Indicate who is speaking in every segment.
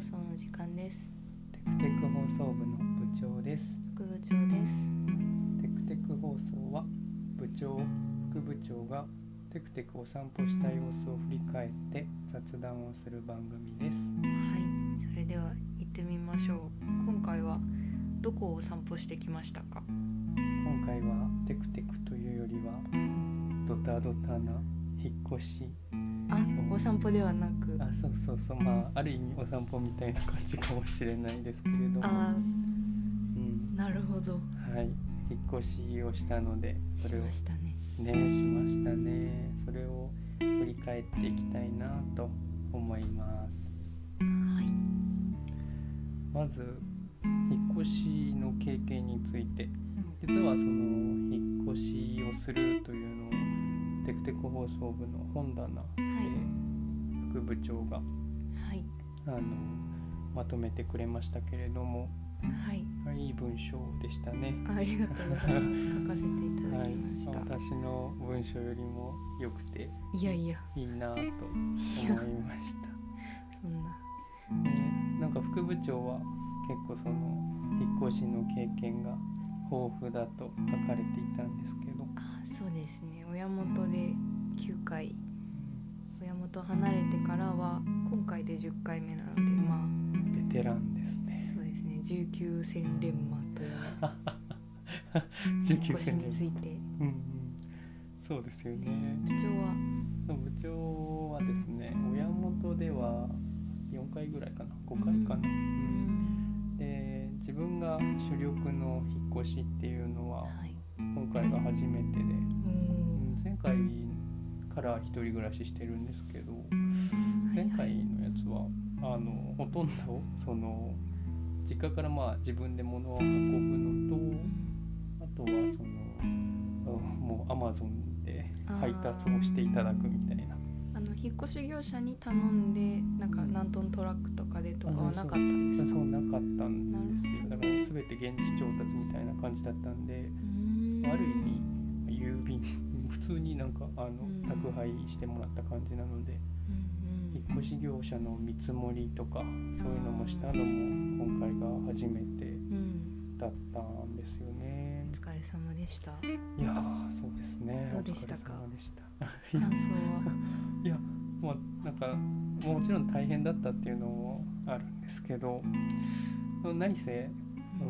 Speaker 1: 送の時間です
Speaker 2: テクテク放送部の部長です
Speaker 1: 副部長です
Speaker 2: テクテク放送は部長副部長がテクテクお散歩した様子を振り返って雑談をする番組です
Speaker 1: はいそれでは行ってみましょう今回はどこを散歩してきましたか
Speaker 2: 今回はテクテクというよりはドタドタな引っ越し
Speaker 1: あお散歩ではなく
Speaker 2: あそうそうそうまあある意味お散歩みたいな感じかもしれないですけれども、
Speaker 1: あ
Speaker 2: うん
Speaker 1: ーなるほど
Speaker 2: はい引っ越しをしたのでそ
Speaker 1: し
Speaker 2: れを
Speaker 1: ましたね
Speaker 2: ねしましたねそれを振り返っていきたいなと思います
Speaker 1: はい
Speaker 2: まず引っ越しの経験について実はその引っ越しをするというのをテクテク放送部の本棚
Speaker 1: はい
Speaker 2: で副部長が
Speaker 1: はい
Speaker 2: あのまとめてくれましたけれども
Speaker 1: はい
Speaker 2: いい文章でしたね。
Speaker 1: ありがとうご ざいます書かせていた
Speaker 2: は
Speaker 1: だき
Speaker 2: い
Speaker 1: まし、た、
Speaker 2: 私の文章よりも良くて
Speaker 1: い、やいや
Speaker 2: いいなぁと思いました。
Speaker 1: そんな
Speaker 2: でなんか副部長は結構その引っ越しの経験が豊富だと書かれていたんですけど、
Speaker 1: あそうですね親元で9回親元離れてからは今回で10回目なのでま
Speaker 2: ベ
Speaker 1: あ
Speaker 2: テランですね
Speaker 1: そうですね19戦錬磨という引っ
Speaker 2: 19
Speaker 1: 越
Speaker 2: 歳
Speaker 1: し
Speaker 2: で
Speaker 1: について
Speaker 2: うんうん、そうですよね
Speaker 1: 部長は
Speaker 2: 部長はですね親元では4回ぐらいかな5回かな、
Speaker 1: う
Speaker 2: うん
Speaker 1: ん
Speaker 2: で自分が主力の引っ越しっていうのは
Speaker 1: はい
Speaker 2: 今回が初めてで、
Speaker 1: も
Speaker 2: うん前回から一人暮らししてるんですけど、
Speaker 1: う
Speaker 2: 前
Speaker 1: はい
Speaker 2: 回のやつはあのほとんどその実家からまあ自分で物を運ぶのとあとはそのあもうアマゾンで配達をしていただくみたいな
Speaker 1: あの引っ越し業者に頼んでなんか
Speaker 2: うん
Speaker 1: 何トントラックとかでとかはなかった
Speaker 2: そ
Speaker 1: んですか
Speaker 2: うなかったんですよ
Speaker 1: な
Speaker 2: だ
Speaker 1: る
Speaker 2: から全て現地調達みたいな感じだったんで、
Speaker 1: うん
Speaker 2: ある意味郵便普通になんかあの
Speaker 1: うん
Speaker 2: 宅配してもらった感じなので
Speaker 1: うん
Speaker 2: 引っ越し業者の見積もりとかそういうのもしたのも今回が初めて
Speaker 1: うんうん
Speaker 2: だったんですよね
Speaker 1: お。疲れ様でした
Speaker 2: いやーそうですね。
Speaker 1: どうでした
Speaker 2: お疲
Speaker 1: か
Speaker 2: れ様でした。
Speaker 1: 感想は
Speaker 2: いやまあなんかもちろん大変だったっていうのもあるんですけど、何せ、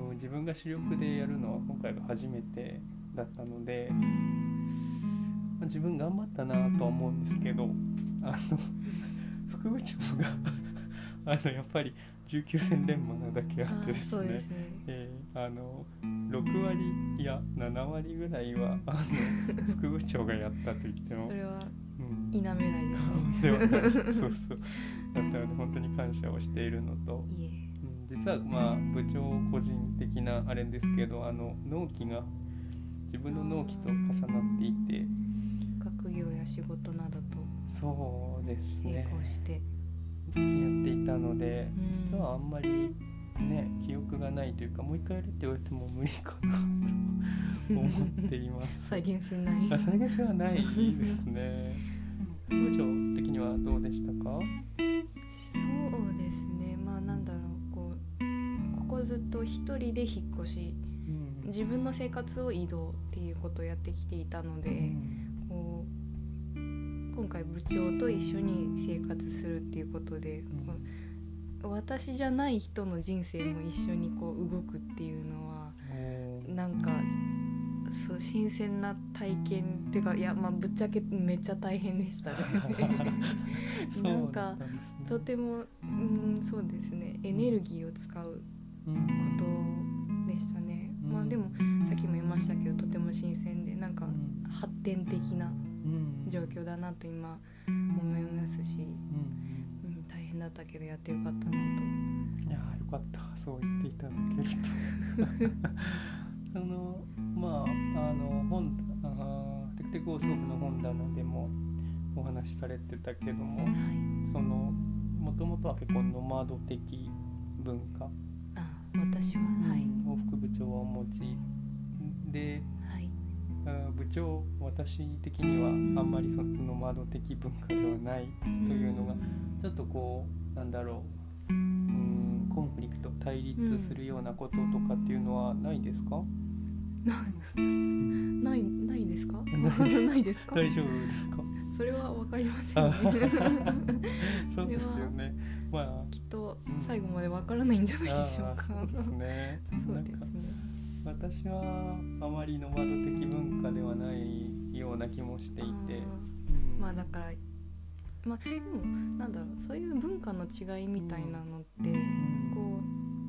Speaker 2: うん自分が主力でやるのは今回が初めてだったので、まあ自分頑張ったなとは思うんですけど、あの副部長があのやっぱり19戦連盟なだけあってで
Speaker 1: あ
Speaker 2: す
Speaker 1: そう
Speaker 2: ね
Speaker 1: で。すね
Speaker 2: えーあの6割いや7割ぐらいはあの副部長がやったと言っても
Speaker 1: そ、れは
Speaker 2: うん、
Speaker 1: 否めないですね
Speaker 2: ではないそうそうだったので本当に感謝をしているのと、
Speaker 1: いえ
Speaker 2: うん、実はまあ部長個人的なあれですけどあの納期が自分の納期と重なっていて
Speaker 1: 学業や仕事などと
Speaker 2: そうです
Speaker 1: 成
Speaker 2: ね
Speaker 1: 功して、
Speaker 2: やっていたので
Speaker 1: うん
Speaker 2: 実はあんまりね記憶がないというかもう一回やるって言われても無理かなと 思っています。
Speaker 1: 再現性ない
Speaker 2: あ、再現性はないですね。部長的にはどうでしたか？
Speaker 1: そうですねまあなんだろうこうここずっと一人で引っ越し
Speaker 2: うん
Speaker 1: 自分の生活を移動っていうことをやってきていたので、
Speaker 2: うん
Speaker 1: こう今回部長と一緒に生活するっていうことで、こう私じゃない人の人生も一緒にこう動くっていうのは
Speaker 2: うん
Speaker 1: なんかそう新鮮な体験っていうかいやまあぶっちゃけめっちゃ大変 でしたねな
Speaker 2: そ
Speaker 1: んか
Speaker 2: うだったんですね
Speaker 1: とてもうんそうですねエネルギーを使う
Speaker 2: うん
Speaker 1: ことでしたね、
Speaker 2: うん
Speaker 1: まあでもさっきも言いましたけどとても新鮮でなんか発展的な
Speaker 2: うん
Speaker 1: 状況だなと今思いますし、
Speaker 2: うん
Speaker 1: うん、大変だったけどやってよかったなと
Speaker 2: いやーよかったそう言っていただけるとあのまああの本あーテクテク放送部の本棚でもお話しされてたけども
Speaker 1: はい
Speaker 2: そのもともとは結構ノマド的文化
Speaker 1: あ私ははい
Speaker 2: を副部長はお持ちで
Speaker 1: はい
Speaker 2: あ部長私的にはあんまりそのノマド的文化ではないというのがちょっとこうなんだろううんコンフリクト対立するようなこととかっていうのはないですか、
Speaker 1: ないないですか
Speaker 2: ないです
Speaker 1: ないですか
Speaker 2: 大丈夫ですか
Speaker 1: それはわかりませ
Speaker 2: あ
Speaker 1: んね
Speaker 2: そうですよねまあ
Speaker 1: きっと最後までわからないんじゃないでしょうか
Speaker 2: あーそうですね
Speaker 1: そうで
Speaker 2: なんか
Speaker 1: すね
Speaker 2: 私はあまりノマド的文化ではないような気もしていて、
Speaker 1: あ
Speaker 2: う
Speaker 1: ー
Speaker 2: ん
Speaker 1: まあだからまあでもなんだろうそういう文化の違いみたいなのって
Speaker 2: うん
Speaker 1: こう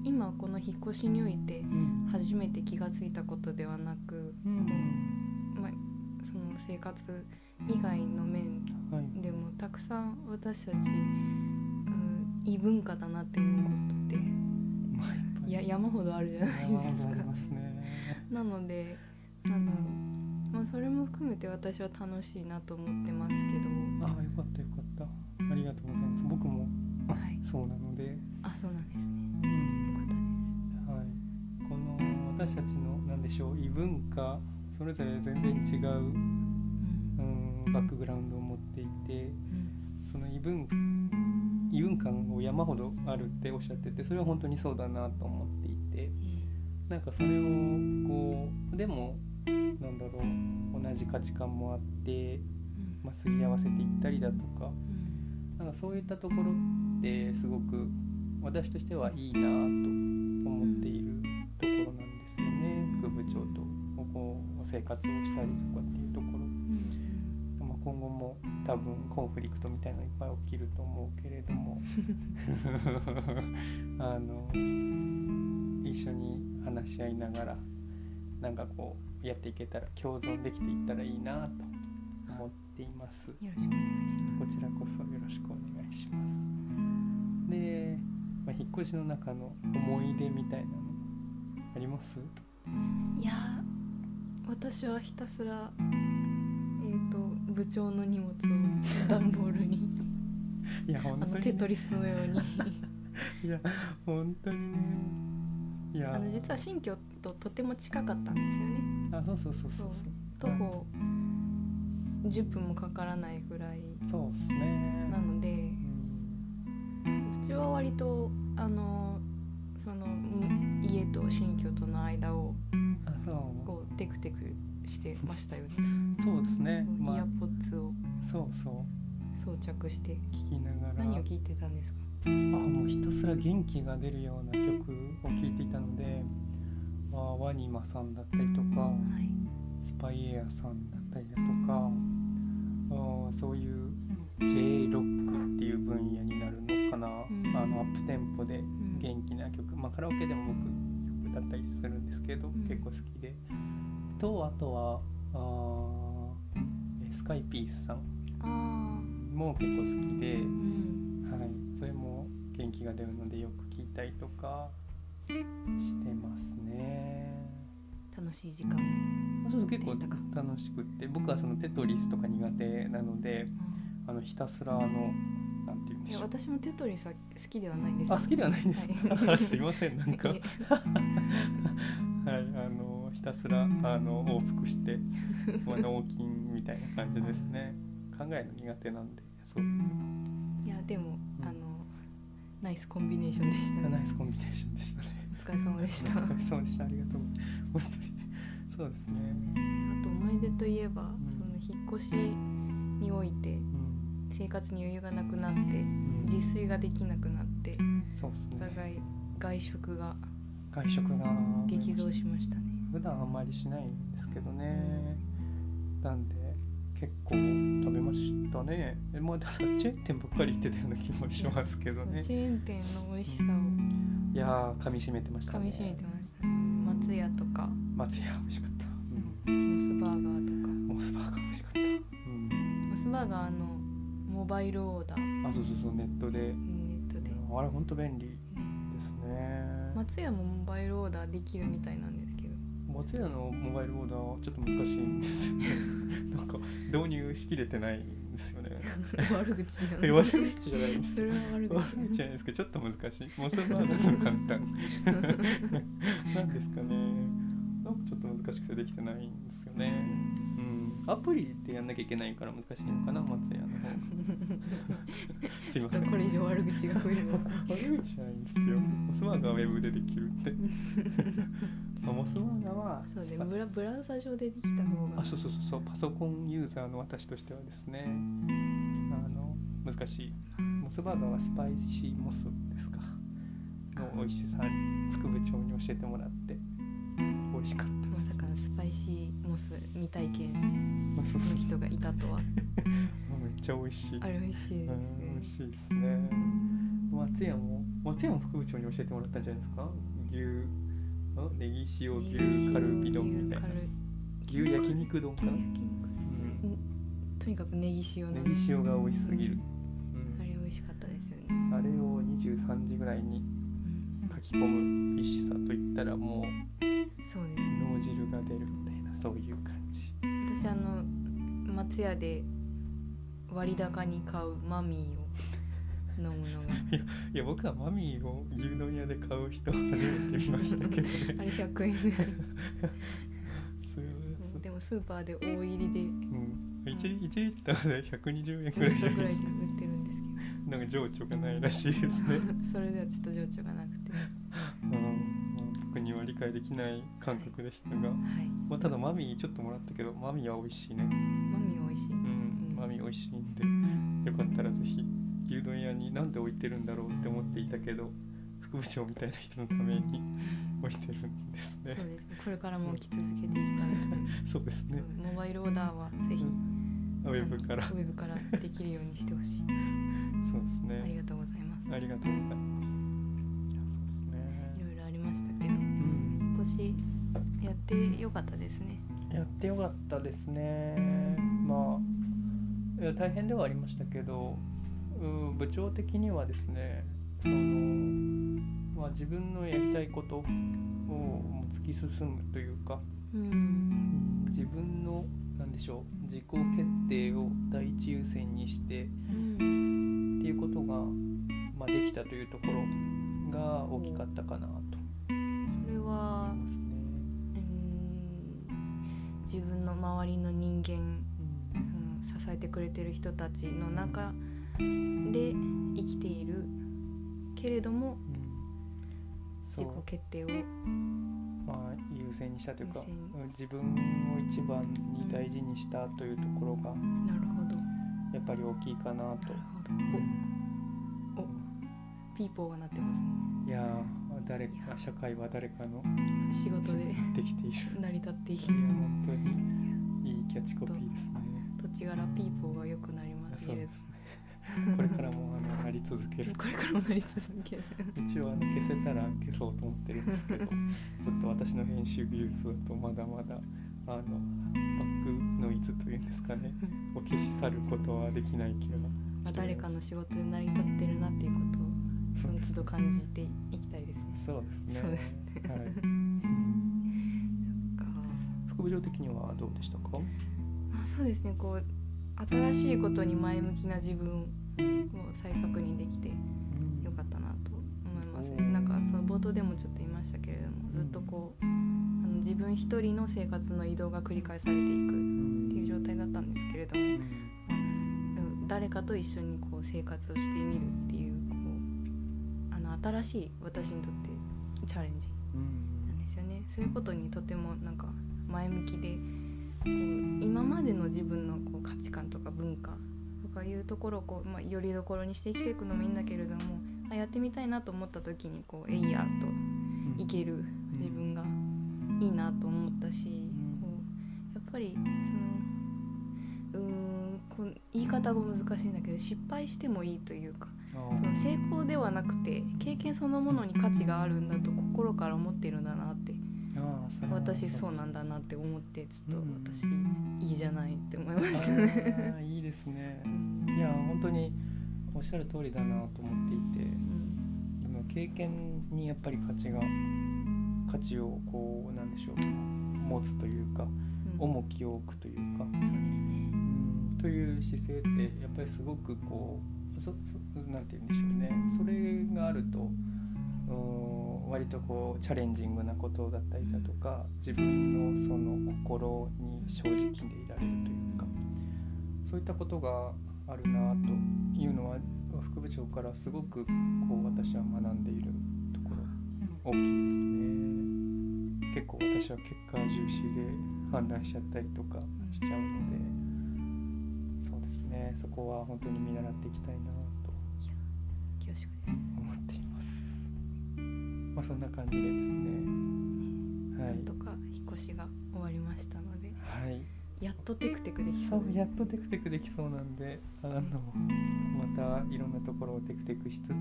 Speaker 1: 今この引っ越しにおいて
Speaker 2: うん
Speaker 1: 初めて気がついたことではなく、
Speaker 2: うん
Speaker 1: まあ、その生活以外の面
Speaker 2: はい
Speaker 1: でもたくさん私たち、うん、異文化だなって思うことって
Speaker 2: まあっぱり
Speaker 1: いや山ほどあるじゃない
Speaker 2: 山ほどあ
Speaker 1: です
Speaker 2: り
Speaker 1: か
Speaker 2: ま。すね。
Speaker 1: なのでなんだろう、まあ、それも含めて私は楽しいなと思ってますけど、
Speaker 2: ああよかったよかった。ありがとうございます。僕も
Speaker 1: はい、
Speaker 2: そうなので、
Speaker 1: あそうなんですね。
Speaker 2: うん
Speaker 1: よかったです。
Speaker 2: はい、この私たちのなんでしょう異文化それぞれ全然違う、
Speaker 1: うん
Speaker 2: うん、バックグラウンドを持っていて
Speaker 1: うん
Speaker 2: その異文異文感を山ほどあるっておっしゃっててそれは本当にそうだなと思っていてなんかそれをこうでもなんだろう同じ価値観もあって、
Speaker 1: うん
Speaker 2: まあ、すり合わせていったりだとか
Speaker 1: うん
Speaker 2: なんかそういったところってすごく私としてはいいなと思っているところなんですよね、副部長とこう生活をしたりとかっていうとこ
Speaker 1: うん
Speaker 2: ろ、まあ、今後も多分コンフリクトみたいなのいっぱい起きると思うけれどもあの一緒に話し合いながらなんかこうやっていけたら共存できていったらいいなと思っています。
Speaker 1: よろしくお願いします。
Speaker 2: こちらこそよろしくお願いします。で、まあ、引っ越しの中の思い出みたいなのあります？
Speaker 1: いやー私はひたすらえっ、と部長の荷物を段ボール に
Speaker 2: いや
Speaker 1: あ
Speaker 2: 本当
Speaker 1: の
Speaker 2: に
Speaker 1: テト
Speaker 2: ね、
Speaker 1: リスのよう に
Speaker 2: いや本当にね、いや
Speaker 1: あの実は新居ととても近かったんですよね
Speaker 2: あそうそうそうそう
Speaker 1: 徒歩10分もかからないぐらい
Speaker 2: そうそうですね。
Speaker 1: なので
Speaker 2: うん
Speaker 1: うちは割とあのそのん家と新居との間を
Speaker 2: あそう
Speaker 1: こうテクテクしてましたよね
Speaker 2: そうですね。
Speaker 1: こうイ
Speaker 2: ま
Speaker 1: ヤ
Speaker 2: あ
Speaker 1: ポッツを
Speaker 2: そうそう
Speaker 1: 装着して
Speaker 2: 聞きながら
Speaker 1: 何を聞いてたんですか
Speaker 2: あもうひたすら元気が出るような曲を聴いていたので、まあ、ワニマさんだったりとか。
Speaker 1: はい
Speaker 2: スパイエアさんだったりだとかあーそういう J ロックっていう分野になるのかな、
Speaker 1: ん
Speaker 2: あのアップテンポで
Speaker 1: ん
Speaker 2: 元気な曲、まあ、カラオケでも僕歌ったりするんですけど、
Speaker 1: ん
Speaker 2: 結構好きでとあとはあーえスカイピースさん
Speaker 1: ああ
Speaker 2: も結構好きで、
Speaker 1: うん
Speaker 2: はい、それも元気が出るのでよく聴いたりとかしてますね。
Speaker 1: 楽しい時間
Speaker 2: そうそう結構
Speaker 1: でしたか
Speaker 2: 楽しくって僕はそのテトリスとか苦手なのであのひたすらあのなんて言うん
Speaker 1: い
Speaker 2: でし
Speaker 1: や
Speaker 2: ょう
Speaker 1: 私もテトリスは好きではないんです
Speaker 2: あ好きではないんです、
Speaker 1: はい
Speaker 2: あ すいませんなんかはい
Speaker 1: え
Speaker 2: あのひたすらあの往復して、まあ、脳筋みたいな感じですね考えるの苦手なんでそう
Speaker 1: いやでも
Speaker 2: うん
Speaker 1: あのナイスコンビネーションでしたね
Speaker 2: ナイスコンビネーションでしたね
Speaker 1: お疲れ様 でした
Speaker 2: お疲れ様でしたありがとう本当にそうですね
Speaker 1: あと思い出といえば、
Speaker 2: ん
Speaker 1: その引っ越しにおいて
Speaker 2: うん、
Speaker 1: 生活に余裕がなくなって
Speaker 2: うん、
Speaker 1: 自炊ができなくなって
Speaker 2: そうです
Speaker 1: お
Speaker 2: ね
Speaker 1: 互い外食が
Speaker 2: 外食が
Speaker 1: 激増しましたね。
Speaker 2: 普段あんまりしないんですけどねなんで結構食べましたねえまあだからチェーン店ばっかり行ってたような気もしますけどね
Speaker 1: チェーン店の美味しさ
Speaker 2: いやー噛み締めてまし
Speaker 1: を
Speaker 2: た
Speaker 1: か
Speaker 2: ね
Speaker 1: みしめてましたね。松屋とか
Speaker 2: 松屋美味しかった、うん、
Speaker 1: モスバーガーとか
Speaker 2: モスバーガー美味しかった、うん、
Speaker 1: モスバーガーのモバイルオーダーネ
Speaker 2: あそうそうそうネットで
Speaker 1: ットで、ね、
Speaker 2: あれほんと便利ですね
Speaker 1: 松屋もモバイルオーダーできるみたいなん ですけど
Speaker 2: 松屋のモバイルオーダーはちょっと難しいんですよね なんか導入しきれてないんですよね
Speaker 1: 悪口じゃな
Speaker 2: え
Speaker 1: い
Speaker 2: 悪口じゃないんです
Speaker 1: それは 悪口
Speaker 2: 悪口じゃないですけどちょっと難し いモスバーガーの簡単なんですかねなんかちょっと難しくてできてないんですよね。うん、アプリでやんなきゃいけないから難しいのかな松屋の方がすい
Speaker 1: ち
Speaker 2: ま
Speaker 1: ょっ
Speaker 2: せ
Speaker 1: と
Speaker 2: ん
Speaker 1: これ以上悪口が増えるわ
Speaker 2: 悪口じゃないんですよモスバーガーはウェブでできるん であモスバーガーは
Speaker 1: そうねブラブラウザ上でできた方が
Speaker 2: あそうそうそうそうパソコンユーザーの私としてはですねあの難しいモスバーガーはスパイシーモスですかの美味しさん副部長に教えてもらって美味しかった
Speaker 1: ま
Speaker 2: です
Speaker 1: さかのスパイシーモス未体験
Speaker 2: まあそうそ
Speaker 1: の
Speaker 2: うそ
Speaker 1: 人
Speaker 2: う
Speaker 1: がいたとは
Speaker 2: めっちゃ美味しい
Speaker 1: あれ美味しいですね
Speaker 2: うん美味しいですね松屋も松屋も副部長に教えてもらったんじゃないですか牛んネギ塩牛カルビ丼みたいな牛
Speaker 1: 牛カル
Speaker 2: 焼肉丼かな、う
Speaker 1: 焼
Speaker 2: ん、
Speaker 1: 肉とにかくネギ塩の
Speaker 2: ネギ塩が美味しすぎる、うん
Speaker 1: あれ美味しかったですよね、
Speaker 2: あれを23時ぐらいに
Speaker 1: うん
Speaker 2: 書き込む美味しさといったらもう
Speaker 1: そうです
Speaker 2: 脳汁が出るみたいなそういう感じ
Speaker 1: 私あの松屋で割高に買うマミーを飲むのが
Speaker 2: いや僕はマミーを牛丼屋で買う人初めて見ましたけど
Speaker 1: あ
Speaker 2: ね
Speaker 1: れ100円ぐらい
Speaker 2: すす
Speaker 1: でもスーパーで大入りで
Speaker 2: うん、1, リ1リッターで120円
Speaker 1: 4
Speaker 2: ぐらいじゃ
Speaker 1: ぐ
Speaker 2: ない
Speaker 1: ら
Speaker 2: で
Speaker 1: い
Speaker 2: す
Speaker 1: で
Speaker 2: か
Speaker 1: 売ってるんです
Speaker 2: なんか情緒がないらしいですね、
Speaker 1: けどそれではちょっと情緒がなくてね
Speaker 2: うんまあ、僕には理解できない感覚でしたが、
Speaker 1: はい
Speaker 2: まあ、ただマミーちょっともらったけどマミーは美味しいね
Speaker 1: マミー美味しい
Speaker 2: うん、マミ美味しいんでよかったらぜひ牛丼屋になんで置いてるんだろうって思っていたけど副部長みたいな人のため に置いてるんですね
Speaker 1: そうですこれからも起き続けていきたいと思います
Speaker 2: そうです ね
Speaker 1: モバイルオーダーはぜひ
Speaker 2: ウェブから
Speaker 1: あ
Speaker 2: そ
Speaker 1: の
Speaker 2: う
Speaker 1: ウェブからできるようにしてほしい
Speaker 2: です
Speaker 1: あり
Speaker 2: ね
Speaker 1: がとうございます
Speaker 2: ありがとうございますいやそうです
Speaker 1: い
Speaker 2: ね
Speaker 1: ろいろありましたけど
Speaker 2: うん
Speaker 1: 今年やってよかったですね
Speaker 2: やってよかったですねまあいや大変ではありましたけど、うん、部長的にはですねその、まあ、自分のやりたいことをもう突き進むというか
Speaker 1: うん
Speaker 2: 自分のなんでしょう自己決定を第一優先にしてっ
Speaker 1: うん
Speaker 2: ていうことが、まあ、できたというところが大きかったかなと
Speaker 1: それは
Speaker 2: 思いますね。
Speaker 1: うん自分の周りの人間その支えてくれてる人たちの中で生きているけれども
Speaker 2: うんそ
Speaker 1: 自己
Speaker 2: う
Speaker 1: 決定を
Speaker 2: まあ、優先にしたというか
Speaker 1: 優先
Speaker 2: うん自分を一番に大事にしたというところが
Speaker 1: なるほど
Speaker 2: やっぱり大きいかな
Speaker 1: な
Speaker 2: と
Speaker 1: るほどおピーポーがなってますね
Speaker 2: いやー誰か社会は誰かの
Speaker 1: 仕事で
Speaker 2: できている
Speaker 1: 成り立ってい
Speaker 2: いや
Speaker 1: る
Speaker 2: 本当にいいキャッチコピーですね
Speaker 1: 土地柄ピーポーが良くなりますけ
Speaker 2: そう
Speaker 1: れ
Speaker 2: で
Speaker 1: ど
Speaker 2: すねこれからもあのなり続ける
Speaker 1: これからもなり続 ける
Speaker 2: 一応あの消せたら消そうと思ってるん ですけどちょっと私の編集技術だとまだまだあのバックノイズというんですか ねを消し去ることはできない気が
Speaker 1: まあ誰かの
Speaker 2: し
Speaker 1: 仕事で成り立ってるなっていうことを
Speaker 2: て
Speaker 1: そ
Speaker 2: おり
Speaker 1: の
Speaker 2: ます
Speaker 1: 都度感じていきたいですね
Speaker 2: そうですね
Speaker 1: そうです
Speaker 2: はい、
Speaker 1: か
Speaker 2: 副部長的にはどうでしたか
Speaker 1: まあ、そうですねこう新しいことに前向きな自分を再確認できてよかったなと思いますね
Speaker 2: うん
Speaker 1: なんかその冒頭でもちょっと言いましたけれどもずっとこうあの自分一人の生活の移動が繰り返されていくっていう状態だったんですけれどもうん誰かと一緒にこう生活をしてみるっていうこうあの新しい私にとってチャレンジなんですよねそういうことにとてもなんか前向きでこう今までの自分のこう価値観とか文化とかいうところをこう、まあ、よりどころにして生きていくのもいいんだけれどもあやってみたいなと思った時にこうえいやといける自分がいいなと思ったし、
Speaker 2: ん
Speaker 1: こうやっぱりそのうーんこう言い方が難しいんだけど失敗してもいいというかその成功ではなくて経験そのものに価値があるんだと心から思ってるんだなって私そうなんだなって思ってちょっと
Speaker 2: うん
Speaker 1: 私いいじゃないって思いま
Speaker 2: あ
Speaker 1: したね。
Speaker 2: ーいいですねいや本当におっしゃる通りだなと思っていて
Speaker 1: うん
Speaker 2: その経験にやっぱり価値が価値をこうなんでしょう持つというか
Speaker 1: うん
Speaker 2: 重きを置くというか、
Speaker 1: そうですね
Speaker 2: うんという姿勢ってやっぱりすごくこうそそなんて言うんでしょうねそれがあるとうん割とこうチャレンジングなことだったりだとか自分のその心に正直でいられるというかそういったことがあるなというのは副部長からすごくこう私は学んでいるところ大きいですね結構私は結果重視で判断しちゃったりとかしちゃうのでそうですねそこは本当に見習っていきたいなと
Speaker 1: 恐縮です
Speaker 2: 思っていますまあそんな感じでですねは
Speaker 1: なん
Speaker 2: い
Speaker 1: とか引っ越しが終わりましたので
Speaker 2: はい
Speaker 1: やっとテクテクでき
Speaker 2: そ
Speaker 1: そうう
Speaker 2: やっとテクテクできそうなんであのまたいろんなところをテクテクしつつ
Speaker 1: はい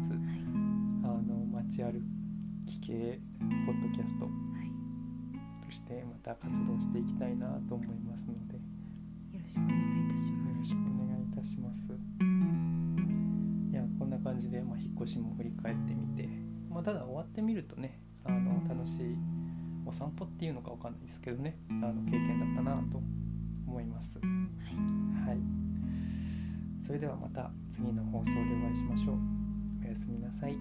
Speaker 2: あの街歩き系ポッドキャスト
Speaker 1: はい
Speaker 2: としてまた活動していきたいなと思いますのでよ
Speaker 1: よろしくお願いいたしま
Speaker 2: ろ
Speaker 1: す
Speaker 2: しくお願いいたしますいやこんな感じで、まあ、引っ越しも振り返ってみて、まあ、ただ終わってみるとねあの楽しいお散歩っていうのかわかんないですけどねあの経験だったなと思います
Speaker 1: はい
Speaker 2: はいそれではまた次の放送でお会いしましょうおやすみなさい